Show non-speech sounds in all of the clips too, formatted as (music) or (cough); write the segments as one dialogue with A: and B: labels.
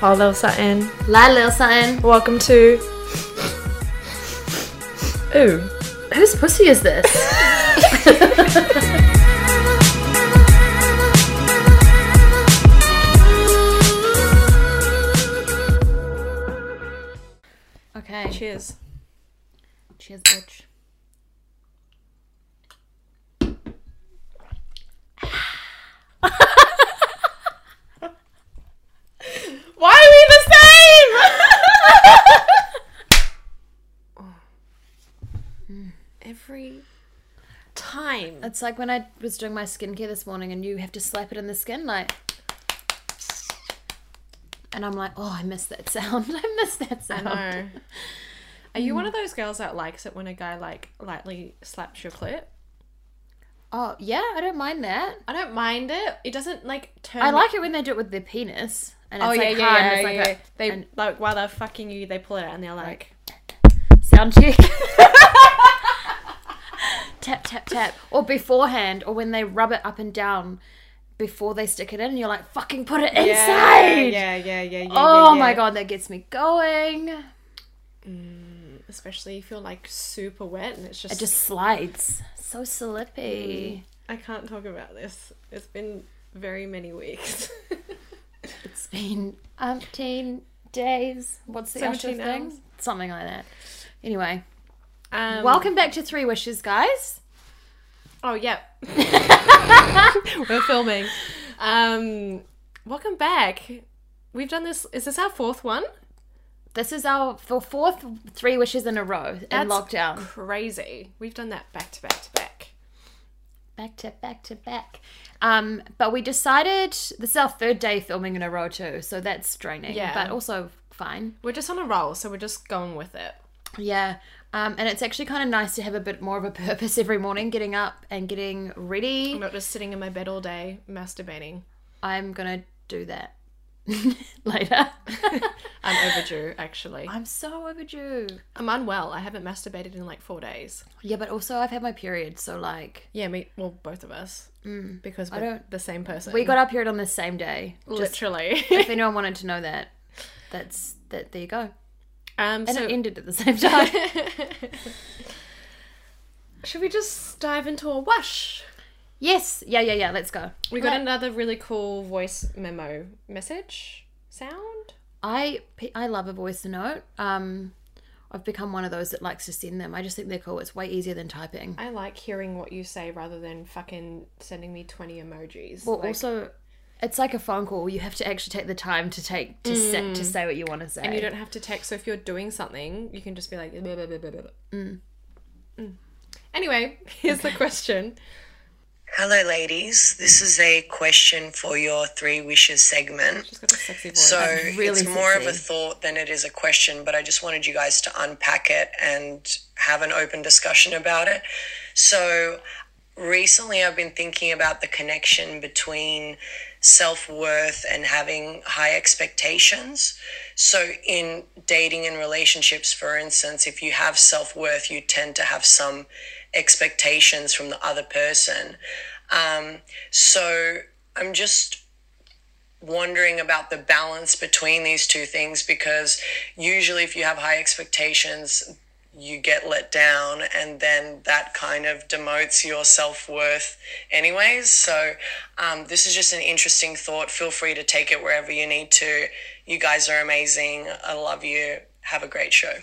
A: Our little something.
B: Like little something.
A: Welcome to. Ooh.
B: Whose pussy is this? okay.
A: Cheers.
B: Cheers, bitch.
A: Why are we the same? (laughs)
B: Mm,
A: Every time.
B: It's like when I was doing my skincare this morning and you have to slap it in the skin, like. And I'm like, oh, I miss that sound. (laughs) I miss that
A: I
B: sound.
A: know. Are you one
B: Mm.
A: of those girls that likes it when a guy like lightly slaps your clit?
B: Oh, yeah, I don't mind that.
A: I don't mind it. It doesn't like turn.
B: I like it when they do it with their penis. And it's
A: Um, Oh
B: like
A: yeah, yeah,
B: hard
A: yeah,
B: and
A: yeah,
B: it's like
A: yeah. They
B: and-
A: like while they're fucking you, they pull it out and they're like,
B: a sound check. (laughs) tap, tap, tap. Or beforehand, or when they rub it up and down before they stick it in, and you're like, fucking put it inside.
A: Yeah, yeah, yeah, yeah. yeah,
B: Oh
A: yeah.
B: my god, that gets me going.
A: Especially if you're like super wet and it's just. I
B: It just slides. So slippy.
A: can't talk about this. It's been very many
B: (laughs)
A: weeks.
B: It's been umpteen days. What's the actual
A: 17
B: thing?
A: hours.
B: Something like that. Anyway,
A: Um,
B: welcome back to Three Wishes, guys.
A: Oh
B: (laughs)
A: yeah. We're filming. Um, welcome back. We've done this. Is this our fourth one?
B: This is our f- fourth Three Wishes in a row in
A: That's
B: lockdown.
A: Crazy. We've done that back to back to back.
B: back to back to back. Um, but we decided this is our third day filming in a row too, so that's draining.
A: Yeah.
B: But also fine.
A: We're just on a roll, so we're just going with it.
B: Yeah. Um, and it's actually kind of nice to have a bit more of a (laughs) purpose every morning, getting up and getting
A: I'm
B: ready.
A: not just sitting in my bed all day masturbating.
B: I'm gonna do that (laughs) later.
A: I'm overdue, actually.
B: (laughs) I'm so overdue.
A: I'm unwell. I haven't masturbated in like four days.
B: Yeah, but also I've had my period, so like
A: Yeah, me. Well, both of us, mm, because we're
B: don't-
A: the same person.
B: we got our period on the same day. Just
A: literally.
B: if anyone wanted to know that, that's that. There you go.
A: (laughs) um.
B: And
A: So
B: it ended at the same (laughs) time.
A: should we just dive into a wash?
B: yes. Yeah. Yeah. Yeah. Let's go.
A: We got
B: Right.
A: another really cool voice memo message sound.
B: I pe- I love a voice note. Um, I've become one of those that likes to send them. I just think they're cool. It's way easier than typing.
A: I like hearing what you say rather than fucking sending me twenty emojis.
B: Well,
A: Like,
B: also, it's like a phone call. You have to actually take the time to take to sit to say what you want to say.
A: Mm. you don't have to text. So if you're doing something, you can just be like. Blah, blah, blah, blah, blah. Mm. Anyway, (laughs) here's the question.
C: Hello, ladies. This is a question for your three wishes segment.
A: She's got a sexy voice.
C: So
B: really
C: it's more of a
B: sexy.
C: thought than it is a question, but I just wanted you guys to unpack it and have an open discussion about it. So recently, I've been thinking about the connection between self worth and having high expectations. So, in dating and relationships, for instance, if you have self worth, you tend to have some expectations from the other person. Um, so, I'm just wondering about the balance between these two things because usually if you have high expectations you get let down and then that kind of demotes your self-worth anyways so um, this is just an interesting thought feel free to take it wherever you need to you guys are amazing i love you have a great show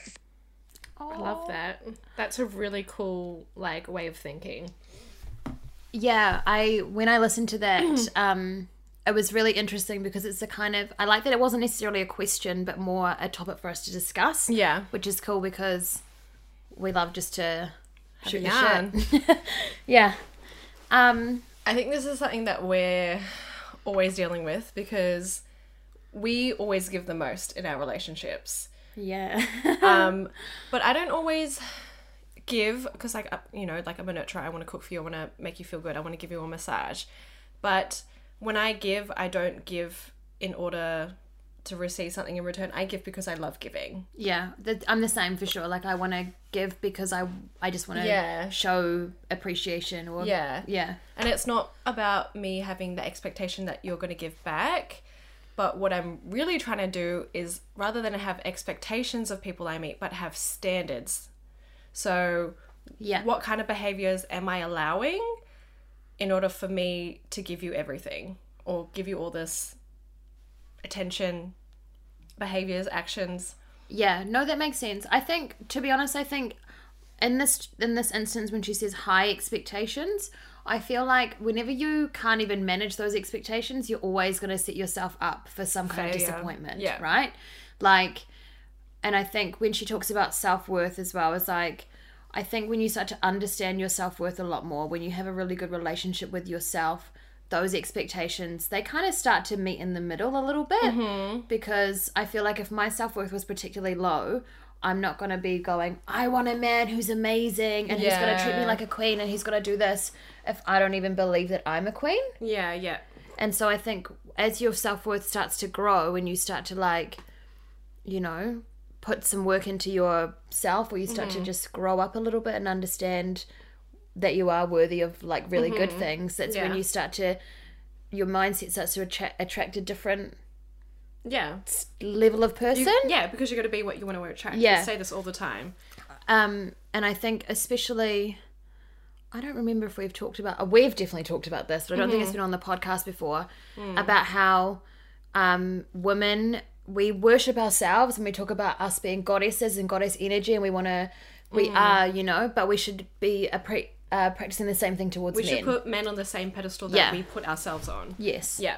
A: I love that. That's a really cool like way of thinking.
B: Yeah, I when I listened
A: (clears throat)
B: to that, um, it was really interesting because it's a kind of I like that it wasn't necessarily a question, but more a topic for us to discuss.
A: Yeah.
B: which is cool because we love just to have
A: Shoot
B: a
A: yarn.
B: shit. yeah. Um.
A: I think this is something that we're always dealing with because we always give the most in our relationships. (laughs)
B: Yeah.
A: Um, but I don't always give because, like, I- you know, like I'm a nurturer. I want to cook for you. I want to make you feel good. I want to give you a massage. But when I give, I don't give in order to receive something in return. I give because I love giving.
B: yeah. The, I'm the same for sure. Like I want to give because I I just want to
A: Yeah.
B: show appreciation or
A: Yeah.
B: yeah
A: And it's not about me having the expectation that you're going to give back. But what I'm really trying to do is rather than have expectations of people I meet, but have standards. So,
B: Yeah.
A: what kind of behaviors am I allowing in order for me to give you everything or give you all this attention, behaviors, actions?
B: Yeah, no, that makes sense. I think, to be honest, I think in this in this instance when she says high expectations, I feel like whenever you can't even manage those expectations, you're always going to set yourself up for some kind of
A: Failure.
B: disappointment,
A: Yeah.
B: right? Like, and I think when she talks about self worth as well, is like. I think when you start to understand your self worth a lot more, when you have a really good relationship with yourself, those expectations they kind of start to meet in the middle a little bit because I feel like if my self worth was particularly low, I'm not going to be going, I want a man who's amazing and who's going to treat me
A: Yeah.
B: like a queen and he's going to do this if I don't even believe that I'm a queen.
A: Yeah, yeah.
B: And so I think as your self worth starts to grow and you start to like, you know, put some work into yourself or you start to just grow up a little bit and understand that you are worthy of like really good things, that's when
A: Yeah.
B: you start to, your mindset starts to attra- attract a different
A: Yeah.
B: level of person.
A: Yeah, because you're going to be what you want to attract.
B: Yeah.
A: I say this all the time.
B: Um, and I think especially, I don't remember if we've talked about. uh, We've definitely talked about this, but I don't think it's
A: Mm-hmm.
B: been on the podcast before
A: Mm.
B: about how um, women we worship ourselves and we talk about us being goddesses and goddess energy, and we want to. We
A: Mm.
B: are, you know, but we should be a pre- uh, practicing the same thing towards
A: We
B: men.
A: should put men on the same pedestal that
B: Yeah.
A: we put ourselves on.
B: yes.
A: Yeah.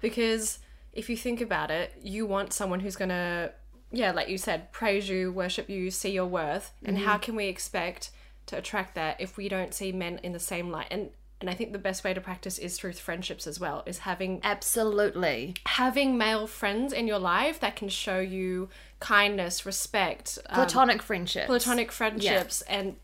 A: Because if you think about it, you want someone who's going to, yeah, like you said, praise you, worship you, see your worth. And how can we expect to attract that if we don't see men in the same light? And and I think the best way to practice is through friendships as well, is having
B: Absolutely.
A: Um, having male friends in your life that can show you kindness, respect, um,
B: Platonic friendship.
A: platonic friendships and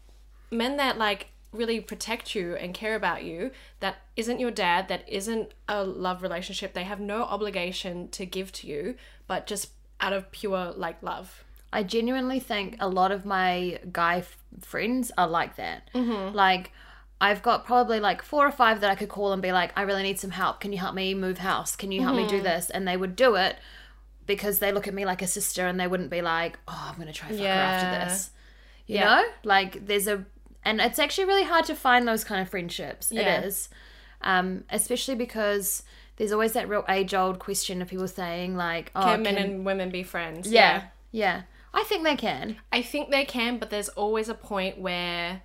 A: men that like really protect you and care about you that isn't your dad that isn't a love relationship they have no obligation to give to you but just out of pure like love
B: I genuinely think a lot of my guy f- friends are like that.
A: Mm-hmm.
B: Like, I've got probably like four or five that I could call and be like, I really need some help. Can you help me move house? Can you help me
A: Mm-hmm.
B: do this? And they would do it because they look at me like a sister and they wouldn't be like, oh, I'm going to try fuck her
A: Yeah.
B: after this. You
A: Yeah.
B: know? Like, there's a, and it's actually really hard to find those kind of friendships.
A: Yeah.
B: It is. Um, especially because there's always that real age old question of people saying, like, oh,
A: can men
B: can-
A: and women be friends
B: yeah. Yeah. I think they can.
A: i think they can but there's always a point where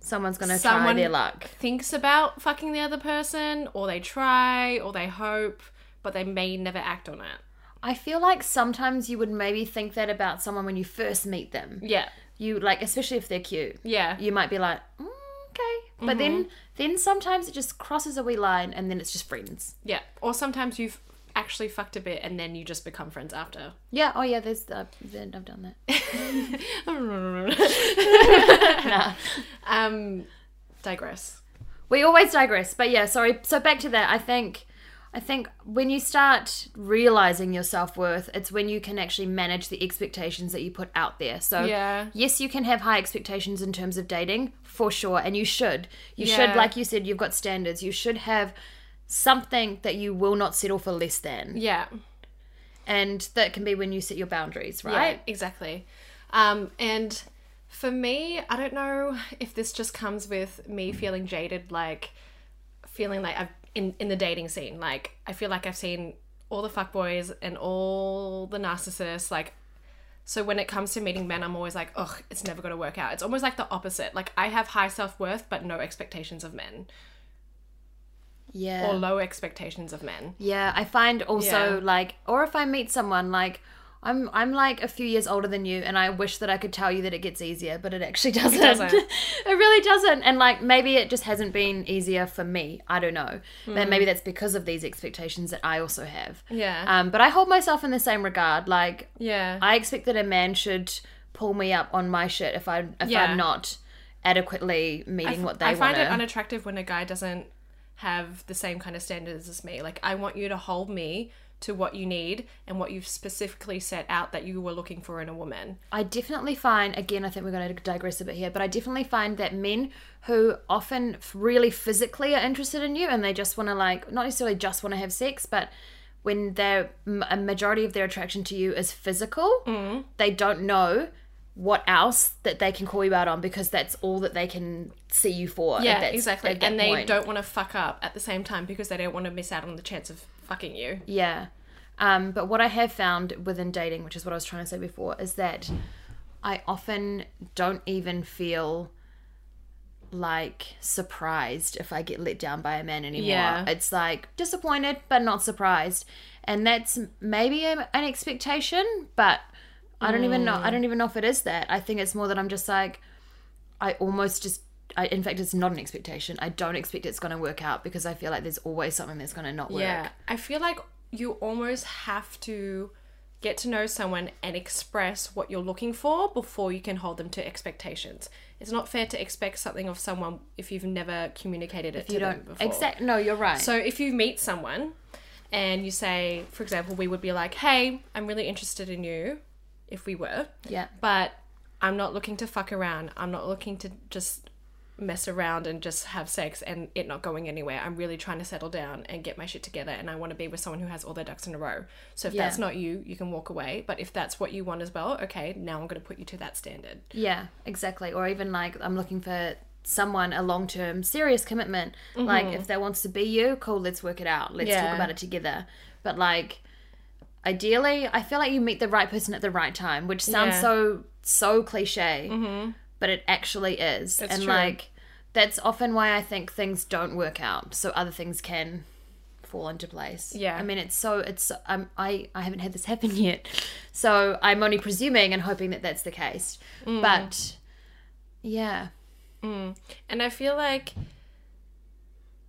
B: someone's gonna
A: Someone-
B: try their luck.
A: thinks about fucking the other person or they try or they hope but they may never act on it
B: I feel like sometimes you would maybe think that about someone when you first meet them.
A: yeah
B: You like, especially if they're cute.
A: yeah
B: You might be like, mm, okay, but then then sometimes it just crosses a wee line, and then it's just friends.
A: yeah or sometimes you've actually fucked a bit and then you just become friends after
B: Yeah. Oh yeah. There's uh, then I've done that.
A: um digress
B: we always digress, but yeah. Sorry. So back to that. I think. I think when you start realizing your self worth, it's when you can actually manage the expectations that you put out there. So
A: yeah
B: Yes, you can have high expectations in terms of dating, for sure, and you should. You
A: Yeah.
B: should, like you said, you've got standards. You should have something that you will not settle for less than.
A: yeah
B: And that can be when you set your boundaries,
A: right
B: right?
A: exactly um and for me i don't know if this just comes with me feeling jaded like feeling like i've in, in the dating scene like i feel like i've seen all the fuckboys and all the narcissists like so when it comes to meeting men i'm always like ugh it's never going to work out it's almost like the opposite like i have high self-worth but no expectations of men
B: Yeah.
A: or low expectations of men
B: Yeah, I find also
A: Yeah.
B: like, or if I meet someone like, I'm I'm like a few years older than you, and I wish that I could tell you that it gets easier, but it actually (laughs) doesn't. It,
A: doesn't.
B: really doesn't. And like maybe it just hasn't been easier for me. I don't know. But maybe that's because of these expectations that I also have.
A: Mm. Yeah.
B: Um, but I hold myself in the same regard. Like
A: yeah
B: I expect that a man should pull me up on my shit if I if
A: Yeah.
B: I'm not adequately meeting what they
A: I find
B: want.
A: it unattractive when a guy doesn't have the same kind of standards as me. Like I want you to hold me to what you need and what you've specifically set out that you were looking for in a woman.
B: I definitely find, again, I think we're going to digress a bit here, but I definitely find that men who often f- really physically are interested in you and they just want to, like, not necessarily just want to have sex, but when their m- a majority of their attraction to you is physical,
A: Mm.
B: they don't know what else that they can call you out on because that's all that they can see you for. at
A: Yeah,
B: that-
A: exactly.
B: at that
A: And they
B: point.
A: don't want to fuck up at the same time because they don't want to miss out on the chance of fucking you.
B: Yeah. Um, but what I have found within dating, which is what I was trying to say before, is that I often don't even feel like surprised if I get let down by a man anymore.
A: Yeah.
B: It's like disappointed, but not surprised. And that's maybe a, an expectation, but I don't even know.
A: Mm.
B: I don't even know if it is that. I think it's more that I'm just like, I almost just. I, in fact, it's not an expectation. I don't expect it's going to work out because I feel like there's always something that's going to not work.
A: Yeah. I feel like you almost have to get to know someone and express what you're looking for before you can hold them to expectations. It's not fair to expect something of someone if you've never communicated it to
B: you
A: them
B: don't
A: before.
B: exact no you're right
A: So if you meet someone and you say, for example, we would be like, hey, I'm really interested in you if we were,
B: yeah
A: but I'm not looking to fuck around. I'm not looking to just mess around and just have sex and it not going anywhere. I'm really trying to settle down and get my shit together and I want to be with someone who has all their ducks in a row. So if
B: Yeah.
A: that's not you, you can walk away. But if that's what you want as well, okay, now I'm going to put you to that standard.
B: yeah exactly or even like i'm looking for someone a long-term serious commitment like if that wants to be you cool let's work it out let's
A: Mm-hmm. Yeah.
B: talk about it together but like ideally i feel like you meet the right person at the right time which sounds
A: Yeah. Mm-hmm.
B: so so cliche but it actually is and
A: true.
B: like that's often why i think things don't work out so other things can fall into place.
A: Yeah.
B: I mean, it's so it's um, I I haven't had this (laughs) happen yet, so I'm only presuming and hoping that that's the case.
A: Mm.
B: But yeah,
A: And I feel like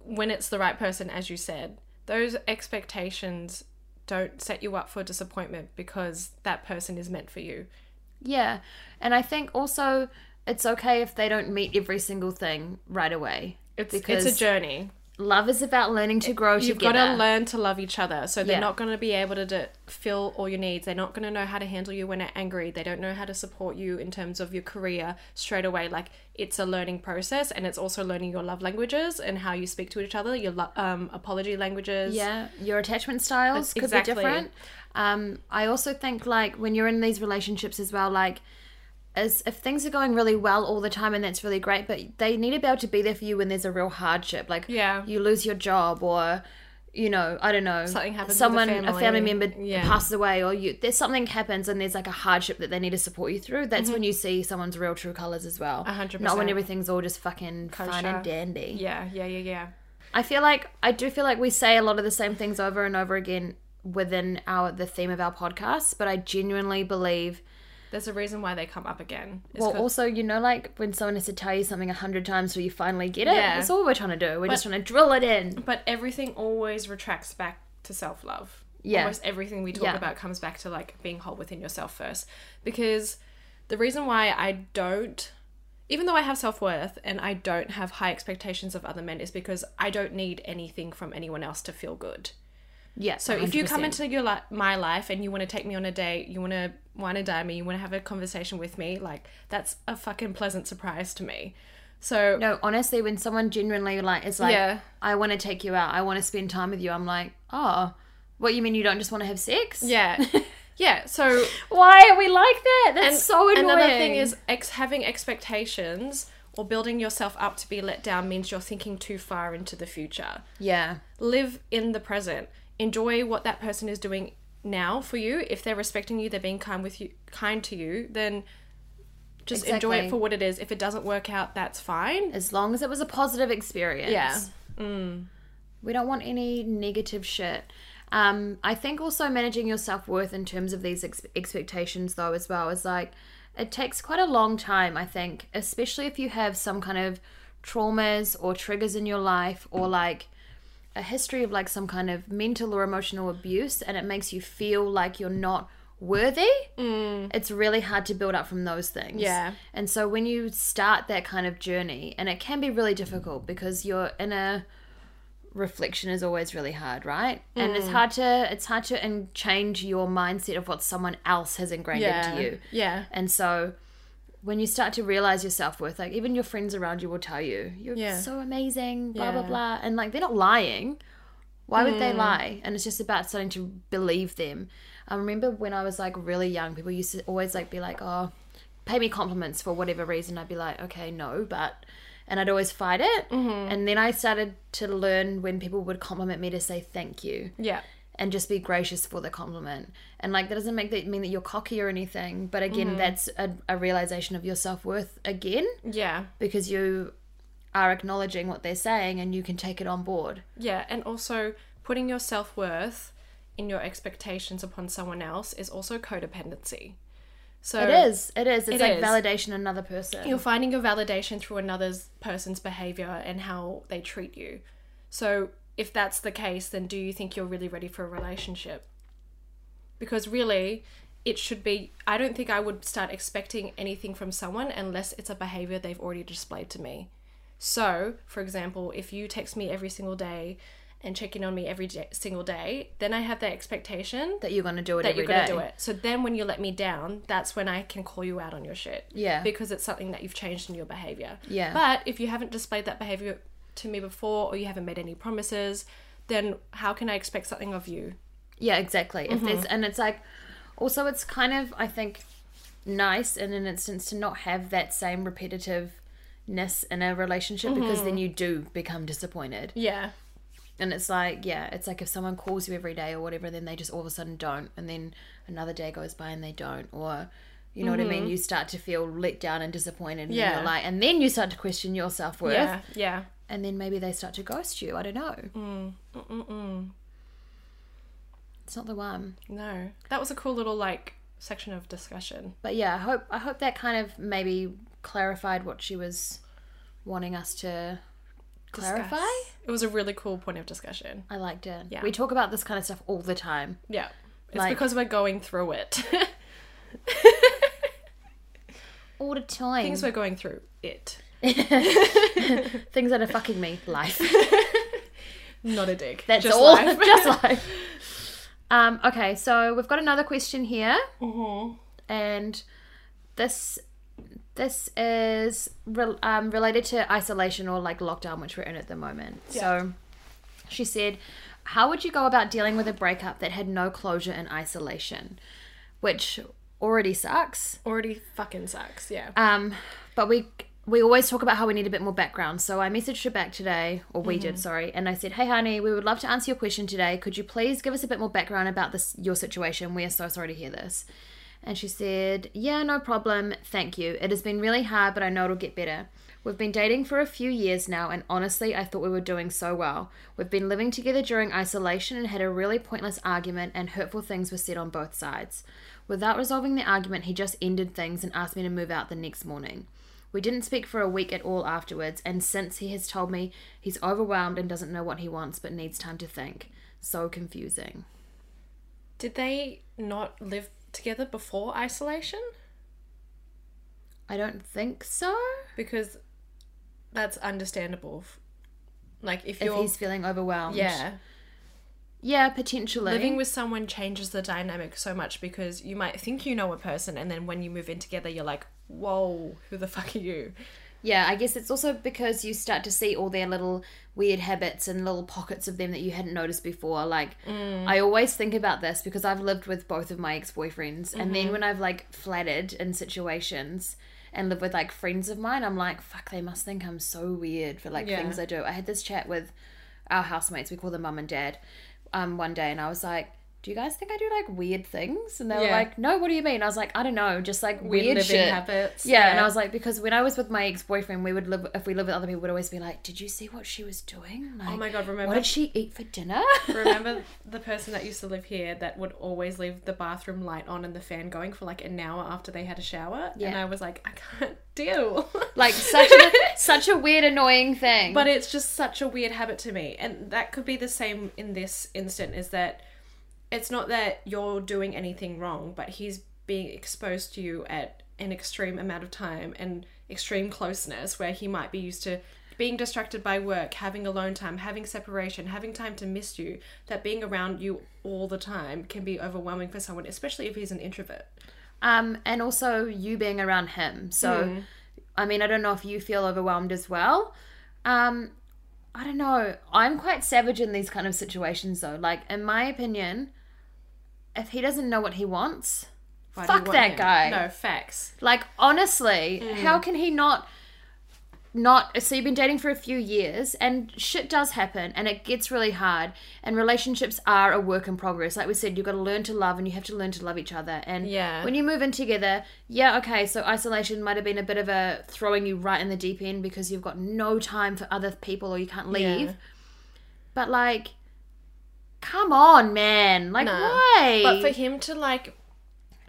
A: when it's the right person, as you said, those expectations don't set you up for disappointment because that person is meant for you.
B: yeah, and I think also it's okay if they don't meet every single thing right away.
A: It's, it's a journey.
B: Love is about learning to grow
A: You've
B: together.
A: got to learn to love each other. So they're
B: Yeah.
A: not going to be able to d fill all your needs. They're not going to know how to handle you when they're angry. They don't know how to support you in terms of your career straight away. Like it's a learning process, and it's also learning your love languages and how you speak to each other. Your lo- um, apology languages.
B: Yeah, your attachment styles could
A: Exactly.
B: be different. Um, I also think like when you're in these relationships as well, like as if things are going really well all the time and that's really great, but they need to be able to be there for you when there's a real hardship, like
A: Yeah.
B: you lose your job or you know I don't know
A: Something happens with the
B: Someone a
A: family.
B: family member
A: Yeah.
B: passes away or you there's something happens and there's like a hardship that they need to support you through. That's when you see someone's real true colors as well.
A: Mm-hmm. hundred
B: Not when
A: percent.
B: everything's all just fucking fun and
A: Kosher.
B: dandy.
A: Yeah. Yeah. Yeah. Yeah.
B: I feel like I do feel like we say a lot of the same things over and over again within our the theme of our podcast, but I genuinely believe
A: There's a reason why they come up again. It's
B: well
A: 'cause-
B: also, you know, like when someone has to tell you something a hundred times till you finally get it.
A: Yeah.
B: That's all we're trying to do. We're just trying to drill it in.
A: but everything always retracts back to self love.
B: Yeah.
A: Almost everything we talk
B: Yeah.
A: about comes back to like being whole within yourself first. Because the reason why I don't, even though I have self worth and I don't have high expectations of other men, is because I don't need anything from anyone else to feel good.
B: Yeah.
A: So if you come into
B: 100%.
A: your li- my life and you want to take me on a date, you want to wine and dine me, you want to have a conversation with me, like that's a fucking pleasant surprise to me. So
B: No, honestly, when someone genuinely like is like
A: Yeah.
B: I wanna take you out, I wanna spend time with you, I'm like, Oh, what you mean you don't just wanna have sex? (laughs)
A: yeah. Yeah, so
B: Why are we like that? That's so annoying.
A: Another thing is ex- having expectations or building yourself up to be let down means you're thinking too far into the future.
B: Yeah.
A: Live in the present. Enjoy what that person is doing now for you. If they're respecting you, they're being kind with you, kind to you, then just enjoy
B: Exactly.
A: it for what it is. If it doesn't work out, that's fine.
B: as long as it was a positive experience.
A: Yeah.
B: We don't want any negative shit. Um, I think also managing your self worth in terms of these ex- expectations, though, as well, is like it takes quite a long time, I think, especially if you have some kind of traumas or triggers in your life or like a history of like some kind of mental or emotional abuse and it makes you feel like you're not worthy it's really hard to build up from those things
A: Yeah.
B: and so when you start that kind of journey and it can be really difficult because your inner reflection is always really hard right and it's hard to it's hard to and change your mindset of what someone else has ingrained into you
A: Yeah.
B: and so when you start to realize your self worth, like even your friends around you will tell you, you're
A: Yeah.
B: so amazing, blah, blah,
A: Yeah. Mm.
B: blah. And like they're not lying. Why would they lie? And it's just about starting to believe them. I remember when I was like really young, people used to always like be like, "Oh, pay me compliments for whatever reason." I'd be like, "Okay, no," but and I'd always fight it.
A: Mm-hmm.
B: And then I started to learn when people would compliment me to say thank you
A: Yeah.
B: and just be gracious for the compliment. And like that doesn't make that mean that you're cocky or anything, but
A: Mm-hmm.
B: again, that's a, a realization of your self worth again
A: Yeah.
B: because you are acknowledging what they're saying and you can take it on board.
A: Yeah, and also putting your self worth in your expectations upon someone else is also codependency. So
B: It is. It is.
A: It
B: It's like
A: is.
B: validation in another person.
A: You're finding your validation through another person's behavior and how they treat you. So if that's the case, then do you think you're really ready for a relationship? Because really, it should be. I don't think I would start expecting anything from someone unless it's a behavior they've already displayed to me. So, for example, if you text me every single day and check in on me every j- single day, then I have that expectation
B: that you're going to do it
A: that
B: every
A: you're
B: day.
A: going to do it. So then when you let me down, that's when I can call you out on your shit.
B: Yeah.
A: Because it's something that you've changed in your behavior.
B: Yeah.
A: But if you haven't displayed that behavior to me before or you haven't made any promises, then how can I expect something of you?
B: Yeah, exactly. If
A: Mm-hmm.
B: there's and it's like also it's kind of I think nice in an instance to not have that same repetitiveness in a relationship because
A: Mm-hmm.
B: then you do become disappointed.
A: Yeah.
B: And it's like, yeah, it's like if someone calls you every day or whatever, then they just all of a sudden don't and then another day goes by and they don't or you know what I mean? You start to feel let down and disappointed and
A: Mm-hmm. Yeah.
B: you're like and then you start to question your self worth.
A: Yeah. Yeah.
B: And then maybe they start to ghost you. I don't know.
A: Mm.
B: It's not the one.
A: No. That was a cool little like section of discussion.
B: but yeah, I hope I hope that kind of maybe clarified what she was wanting us to clarify.
A: Discuss. It was a really cool point of discussion.
B: I liked it.
A: Yeah.
B: We talk about this kind of stuff all the time.
A: Yeah. It's
B: Like-
A: because we're going through it. (laughs)
B: All the time.
A: Things we're going through it.
B: Things that are fucking me. Life.
A: Not a dick.
B: That's
A: Just
B: all. (laughs)
A: life.
B: Just life. Um, okay, so we've got another question here. And this this is re- um, related to isolation or like lockdown, which we're in at the moment. So she said, How would you go about dealing with a breakup that had no closure and isolation? Which already sucks.
A: Already fucking sucks. Yeah.
B: Um, but we we always talk about how we need a bit more background. So I messaged her back today, or we did, sorry, and I said, "Hey, honey, we would love to answer your question today. Could you please give us a bit more background about this your situation? We are so sorry to hear this." And she said, "Yeah, no problem. Thank you. It has been really hard, but I know it'll get better." We've been dating for a few years now, and honestly, I thought we were doing so well. We've been living together during isolation and had a really pointless argument, and hurtful things were said on both sides. Without resolving the argument, he just ended things and asked me to move out the next morning. We didn't speak for a week at all afterwards, and since he has told me he's overwhelmed and doesn't know what he wants but needs time to think. So confusing.
A: Did they not live together before isolation?
B: I don't think so.
A: Because that's understandable. F- Like if
B: If
A: you're
B: he's feeling overwhelmed.
A: yeah,
B: Yeah, potentially.
A: living with someone changes the dynamic so much because you might think you know a person and then when you move in together you're like, "Whoa, who the fuck are you?"
B: Yeah, I guess it's also because you start to see all their little weird habits and little pockets of them that you hadn't noticed before. Like,
A: Mm.
B: I always think about this because I've lived with both of my ex boyfriends,
A: Mm-hmm.
B: and then when I've like flattered in situations and lived with like friends of mine, I'm like, fuck, they must think I'm so weird for like
A: Yeah.
B: things I do. I had this chat with our housemates, we call them mum and dad, um, one day, and I was like, do you guys think I do like weird things? And they were
A: Yeah.
B: like, no, what do you mean? I was like, I don't know, just like weird,
A: living
B: shit.
A: habits.
B: Yeah, and I was like, because when I was with my ex boyfriend, we would live if we live with other people, would always be like, "Did you see what she was doing? Like,
A: Oh my god,
B: what
A: remember
B: did she eat for dinner?"
A: (laughs) remember the person that used to live here that would always leave the bathroom light on and the fan going for like an hour after they had a shower? And
B: Yeah.
A: I was like, "I can't deal."
B: (laughs)
A: (laughs)
B: like such a such a weird, annoying thing.
A: But it's just such a weird habit to me. And that could be the same in this instant is that it's not that you're doing anything wrong, but he's being exposed to you at an extreme amount of time and extreme closeness where he might be used to being distracted by work, having alone time, having separation, having time to miss you, that being around you all the time can be overwhelming for someone, especially if he's an introvert.
B: um, and also you being around
A: Hmm.
B: him. So, I mean, I don't know if you feel overwhelmed as well. Um, I don't know. I'm quite savage in these kind of situations, though. Like, in my opinion, if he doesn't know what he wants,
A: Why do you
B: fuck
A: want
B: that
A: him?
B: guy.
A: No facts.
B: Like, honestly,
A: Mm.
B: how can he not? Not uh, so you've been dating for a few years, and shit does happen, and it gets really hard. And relationships are a work in progress. Like we said, you've got to learn to love, and you have to learn to love each other. And
A: Yeah.
B: when you move in together, yeah, okay, so isolation might have been a bit of a throwing you right in the deep end because you've got no time for other people or you can't leave.
A: Yeah.
B: But like, come on, man! Like,
A: Nah.
B: why?
A: But for him to like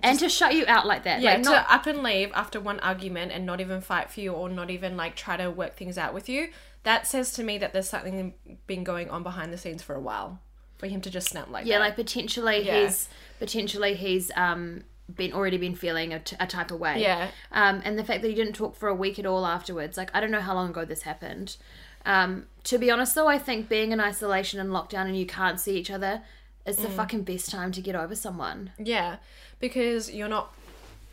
B: and to shut you out like that,
A: yeah,
B: like, not
A: to up and leave after one argument and not even fight for you or not even like try to work things out with you, that says to me that there's something been going on behind the scenes for a while. For him to just snap like
B: yeah
A: that.
B: like potentially
A: Yeah.
B: he's potentially he's um been already been feeling a, t- a type of way
A: Yeah.
B: um and the fact that he didn't talk for a week at all afterwards like i don't know how long ago this happened um to be honest though i think being in isolation and lockdown and you can't see each other is
A: Mm.
B: the fucking best time to get over someone
A: Yeah, because you're not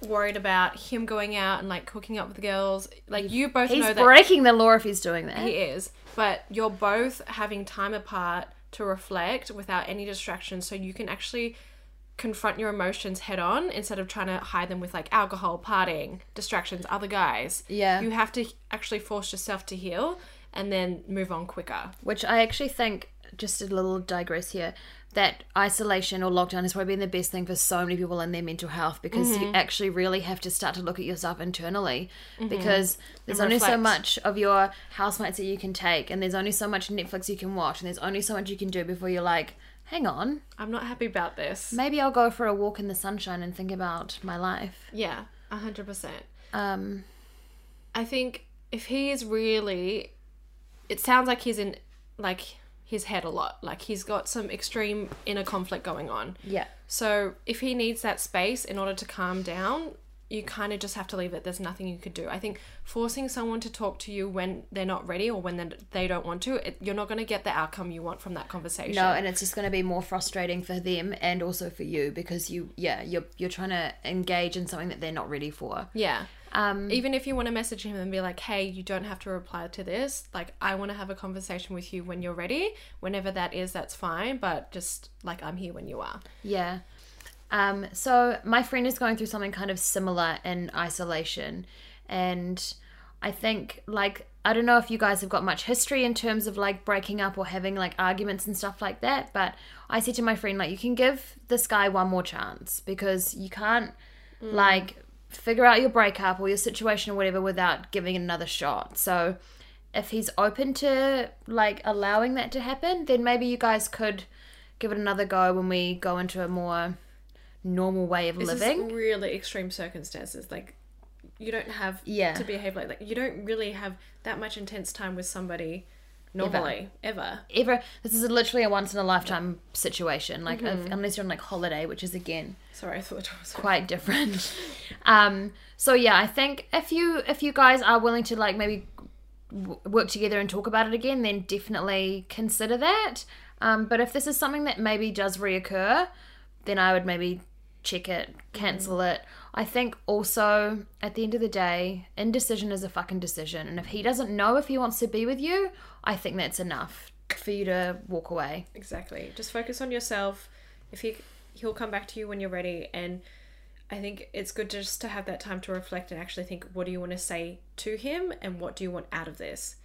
A: worried about him going out and like hooking up with girls. Like you both
B: he's
A: know that
B: breaking the law if he's doing that
A: he is, but you're both having time apart to reflect without any distractions, so you can actually confront your emotions head on instead of trying to hide them with like alcohol, partying, distractions, other guys.
B: Yeah.
A: you have to actually force yourself to heal and then move on quicker.
B: which I actually think, just a little digress here, that isolation or lockdown has probably been the best thing for so many people in their mental health because you actually really have to start to look at yourself internally because there's only so
A: reflect.
B: much of your housemates that you can take and there's only so much Netflix you can watch and there's only so much you can do before you're like, hang on,
A: I'm not happy about this.
B: maybe I'll go for a walk in the sunshine and think about my life.
A: Yeah, hundred percent.
B: Um,
A: I think if he is really, it sounds like he's in like his head a lot. Like he's got some extreme inner conflict going on.
B: yeah.
A: So if he needs that space in order to calm down, you kind of just have to leave it. There's nothing you could do. I think forcing someone to talk to you when they're not ready or when they- they don't want to, it, you're not going to get the outcome you want from that conversation.
B: No, and it's just going to be more frustrating for them and also for you because you, yeah, you're you're trying to engage in something that they're not ready for.
A: Yeah.
B: Um,
A: Even if you want to message him and be like, hey, you don't have to reply to this. Like, I want to have a conversation with you when you're ready. Whenever that is, that's fine. But just like, I'm here when you are.
B: Yeah. Um, so my friend is going through something kind of similar in isolation. And I think, like, I don't know if you guys have got much history in terms of like breaking up or having like arguments and stuff like that. But I said to my friend, like, you can give this guy one more chance because you can't
A: Mm.
B: like figure out your breakup or your situation or whatever without giving it another shot. So if he's open to like allowing that to happen, then maybe you guys could give it another go when we go into a more normal way of
A: This is
B: living.
A: really extreme circumstances. Like, you don't have
B: Yeah.
A: to behave like that. You don't really have that much intense time with somebody normally, ever.
B: Ever this is literally a once in a lifetime situation. Like
A: Mm-hmm.
B: if, unless you're on like holiday, which is again
A: Sorry, I thought it was. (laughs)
B: quite different. (laughs) um, so yeah, I think if you if you guys are willing to like maybe w- work together and talk about it again, then definitely consider that. Um, but if this is something that maybe does reoccur, then I would maybe check it, cancel
A: Mm-hmm.
B: it. I think also at the end of the day, indecision is a fucking decision, and if he doesn't know if he wants to be with you, I think that's enough for you to walk away.
A: Exactly. Just focus on yourself. If he he'll come back to you when you're ready and I think it's good just to have that time to reflect and actually think what do you want to say to him and what do you want out of this?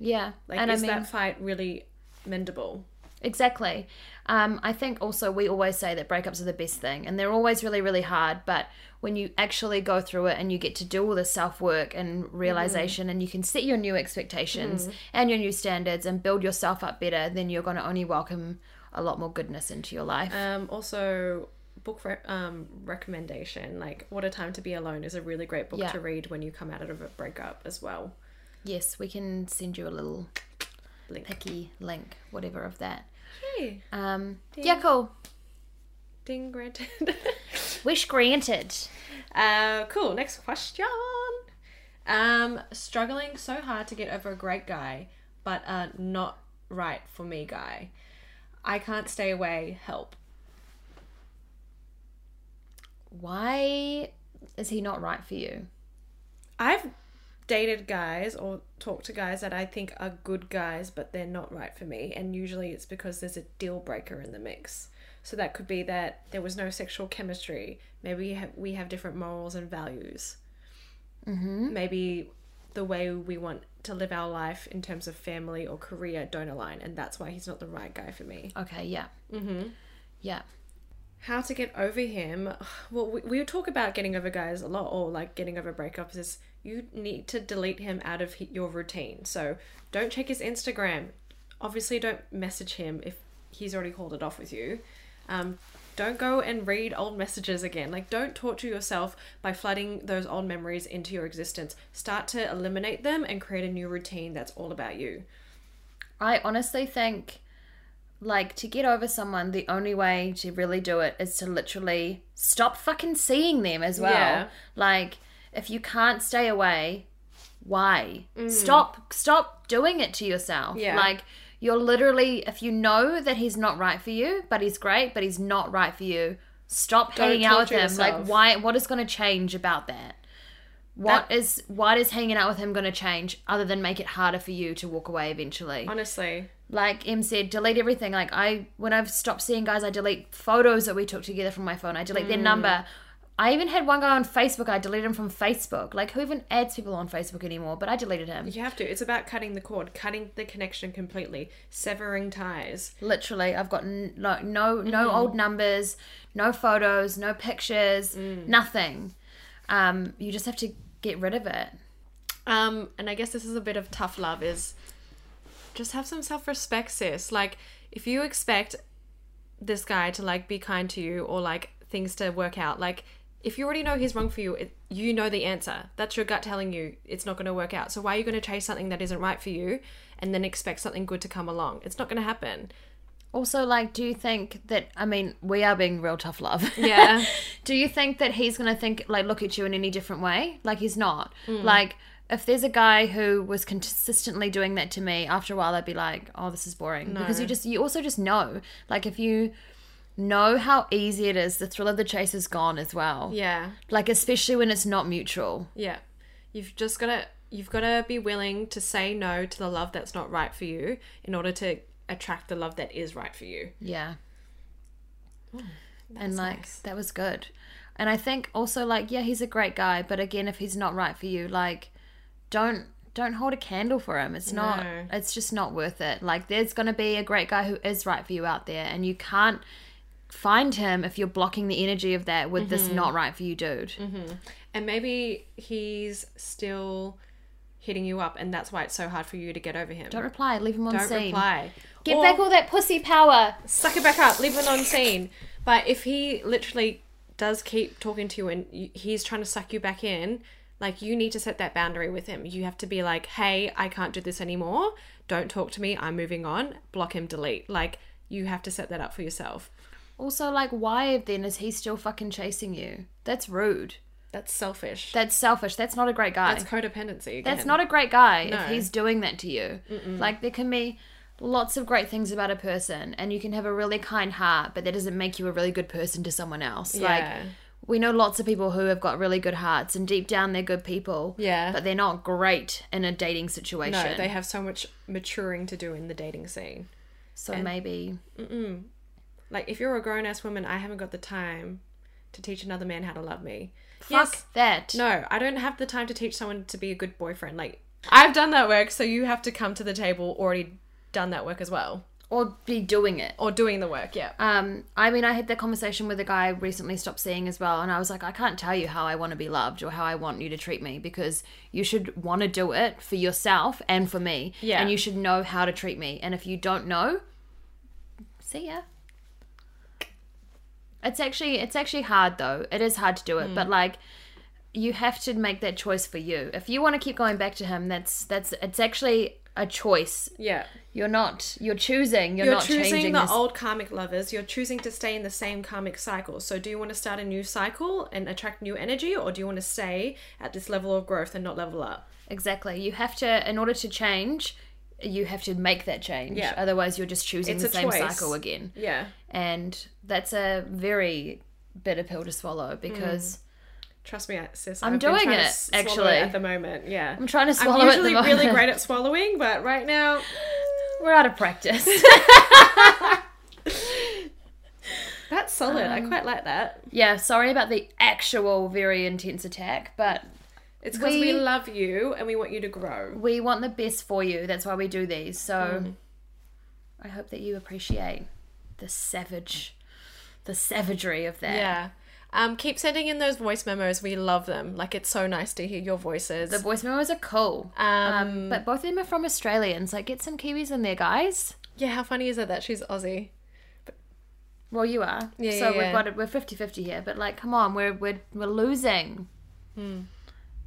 B: Yeah,
A: Like
B: and
A: is that fight really mendable?
B: Exactly. Um, I think also we always say that breakups are the best thing, and they're always really, really hard. But when you actually go through it and you get to do all the self work and realization, and you can set your new expectations and your new standards and build yourself up better, then you're going to only welcome a lot more goodness into your life.
A: Um also book re- um recommendation like What a Time to Be Alone is a really great book
B: Yeah.
A: to read when you come out of a breakup as well.
B: yes, we can send you a little
A: Link.
B: picky link, whatever of that.
A: Hey,
B: Um, yeah, cool.
A: ding granted.
B: Wish granted.
A: (laughs) Uh, cool. Next question. Um, struggling so hard to get over a great guy, but uh, not right for me guy. I can't stay away. Help.
B: Why is he not right for you?
A: I've dated guys or talked to guys that I think are good guys, but they're not right for me. And usually it's because there's a deal breaker in the mix. So that could be that there was no sexual chemistry. Maybe we have, we have different morals and values. Mm-hmm. Maybe the way we want to live our life in terms of family or career don't align. And that's why he's not the right guy for me.
B: Okay, yeah. Mm-hmm. Yeah.
A: how to get over him (sighs) well we, we talk about getting over guys a lot or like getting over breakups is you need to delete him out of he, your routine so don't check his instagram obviously don't message him if he's already called it off with you um, don't go and read old messages again like don't torture yourself by flooding those old memories into your existence start to eliminate them and create a new routine that's all about you
B: I honestly think, like, to get over someone, the only way to really do it is to literally stop fucking seeing them as well.
A: Yeah.
B: Like, if you can't stay away, why? Stop, stop doing it to yourself.
A: Mm. Yeah.
B: Like, you're literally, if you know that he's not right for you, but he's great, but he's not right for you, stop
A: Don't
B: hanging out with
A: torture
B: him. Like,
A: yourself.
B: why? What is going to change about that? What is what is hanging out with him going to change other than make it harder for you to walk away eventually?
A: honestly
B: like M said, delete everything. Like I, when I've stopped seeing guys, I delete photos that we took together from my phone. I delete their number. I even had one guy on Facebook. I deleted him from Facebook. Like who even adds people on Facebook anymore? But I deleted him.
A: you have to it's about cutting the cord cutting the connection completely severing ties
B: Literally, I've got n- no no, no old numbers, no photos, no pictures, nothing. Um, you just have to get rid of it.
A: Um, and I guess this is a bit of tough love is just have some self respect, sis. Like, if you expect this guy to like be kind to you or like things to work out, like if you already know he's wrong for you, it, you know the answer. That's your gut telling you it's not going to work out. So why are you going to chase something that isn't right for you and then expect something good to come along? It's not going to happen.
B: Also, like, do you think that? I mean, we are being real tough love. (laughs)
A: Yeah.
B: Do you think that he's going to think like look at you in any different way? Like he's not.
A: Mm.
B: Like if there's a guy who was consistently doing that to me, after a while I'd be like, "Oh, this is boring." Because you just you also just know. Like if you know how easy it is, the thrill of the chase is gone as well.
A: yeah.
B: Like especially when it's not mutual.
A: Yeah. You've just got to you've got to be willing to say no to the love that's not right for you in order to attract the love that is right for you.
B: Yeah. and like that was good. And I think also like yeah, he's a great guy, but again if he's not right for you, like don't don't hold a candle for him. It's not
A: No.
B: it's just not worth it. Like there's going to be a great guy who is right for you out there and you can't find him if you're blocking the energy of that with
A: Mm-hmm.
B: this not right for you dude.
A: And maybe he's still hitting you up, and that's why it's so hard for you to get over him.
B: Don't reply, leave him on
A: Don't
B: scene.
A: reply.
B: Get
A: Or
B: back all that pussy power.
A: suck it back up. Leave it on scene. But if he literally does keep talking to you and you, he's trying to suck you back in, like you need to set that boundary with him. You have to be like, "Hey, I can't do this anymore. Don't talk to me. I'm moving on. Block him. Delete." Like you have to set that up for yourself.
B: Also like why then is he still fucking chasing you? That's rude.
A: That's selfish.
B: That's selfish. That's not a great guy.
A: That's codependency. Again.
B: That's not a great guy
A: No.
B: if he's doing that to you. Like there can be lots of great things about a person and you can have a really kind heart, but that doesn't make you a really good person to someone else.
A: Yeah.
B: Like we know lots of people who have got really good hearts and deep down they're good people.
A: Yeah.
B: But they're not great in a dating situation.
A: no. They have so much maturing to do in the dating scene.
B: so maybe
A: Like, if you're a grown ass woman, I haven't got the time to teach another man how to love me.
B: fuck that.
A: No, I don't have the time to teach someone to be a good boyfriend. Like, I've done that work, so you have to come to the table already done that work as well.
B: Or be doing it.
A: Or doing the work, yeah.
B: Um, I mean, I had that conversation with a guy I recently stopped seeing as well, and I was like, I can't tell you how I want to be loved or how I want you to treat me because you should want to do it for yourself and for me,
A: Yeah.
B: And you should know how to treat me, and if you don't know, see ya. It's actually it's actually hard though. It is hard to do it, but
A: Hmm.
B: like you have to make that choice for you. If you want to keep going back to him, that's that's it's actually a choice.
A: yeah.
B: You're not you're choosing. You're,
A: You're
B: not
A: choosing
B: changing
A: the
B: this.
A: old karmic lovers. You're choosing to stay in the same karmic cycle. So, do you want to start a new cycle and attract new energy, or do you want to stay at this level of growth and not level up?
B: Exactly. You have to, in order to change, you have to make that change.
A: Yeah.
B: Otherwise, you're just choosing
A: It's
B: the
A: a
B: same
A: choice.
B: cycle again.
A: Yeah. Mm.
B: And that's a very bitter pill to swallow because
A: Trust me, sis.
B: I'm
A: I've been
B: doing
A: trying to
B: it,
A: s- swallow
B: actually.
A: at the moment. Yeah,
B: I'm trying to swallow
A: I'm
B: it at the
A: usually really
B: moment.
A: great at swallowing, but right now,
B: We're out
A: (laughs)
B: of practice.
A: that's solid.
B: Um,
A: I quite like that.
B: yeah, sorry about the actual very intense attack, but
A: It's because we,
B: we-
A: love you and we want you to grow.
B: we want the best for you. That's why we do these. So
A: Mm.
B: I hope that you appreciate the savage, the savagery of that.
A: Yeah. Um, keep sending in those voice memos. We love them. Like it's so nice to hear your voices.
B: The voice memos are cool.
A: um,
B: Um, but both of them are from Australians. Like, get some Kiwis in there, guys.
A: yeah, how funny is it that she's Aussie?
B: Well, you are.
A: Yeah,
B: so
A: yeah,
B: we've
A: yeah.
B: got it. We're 50-50 here. But like, come on, we're we're we're losing. Hmm.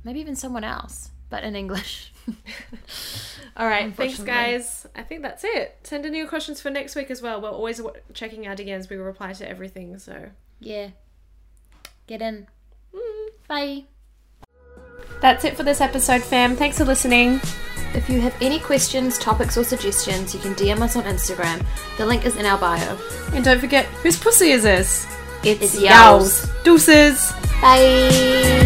B: Maybe even someone else, but in English. (laughs)
A: All right, thanks
B: Unfortunately.
A: guys. I think that's it. Send in your questions for next week as well. We're always w- checking our DMs. We reply to everything. So
B: yeah. Get in. Mm. Bye.
A: that's it for this episode, fam. Um, Thanks for listening.
B: If you have any questions, topics, or suggestions, you can DM us on Instagram. The link is in our bio.
A: And don't forget, whose pussy is this?
B: It's yours.
A: Deuces.
B: Bye.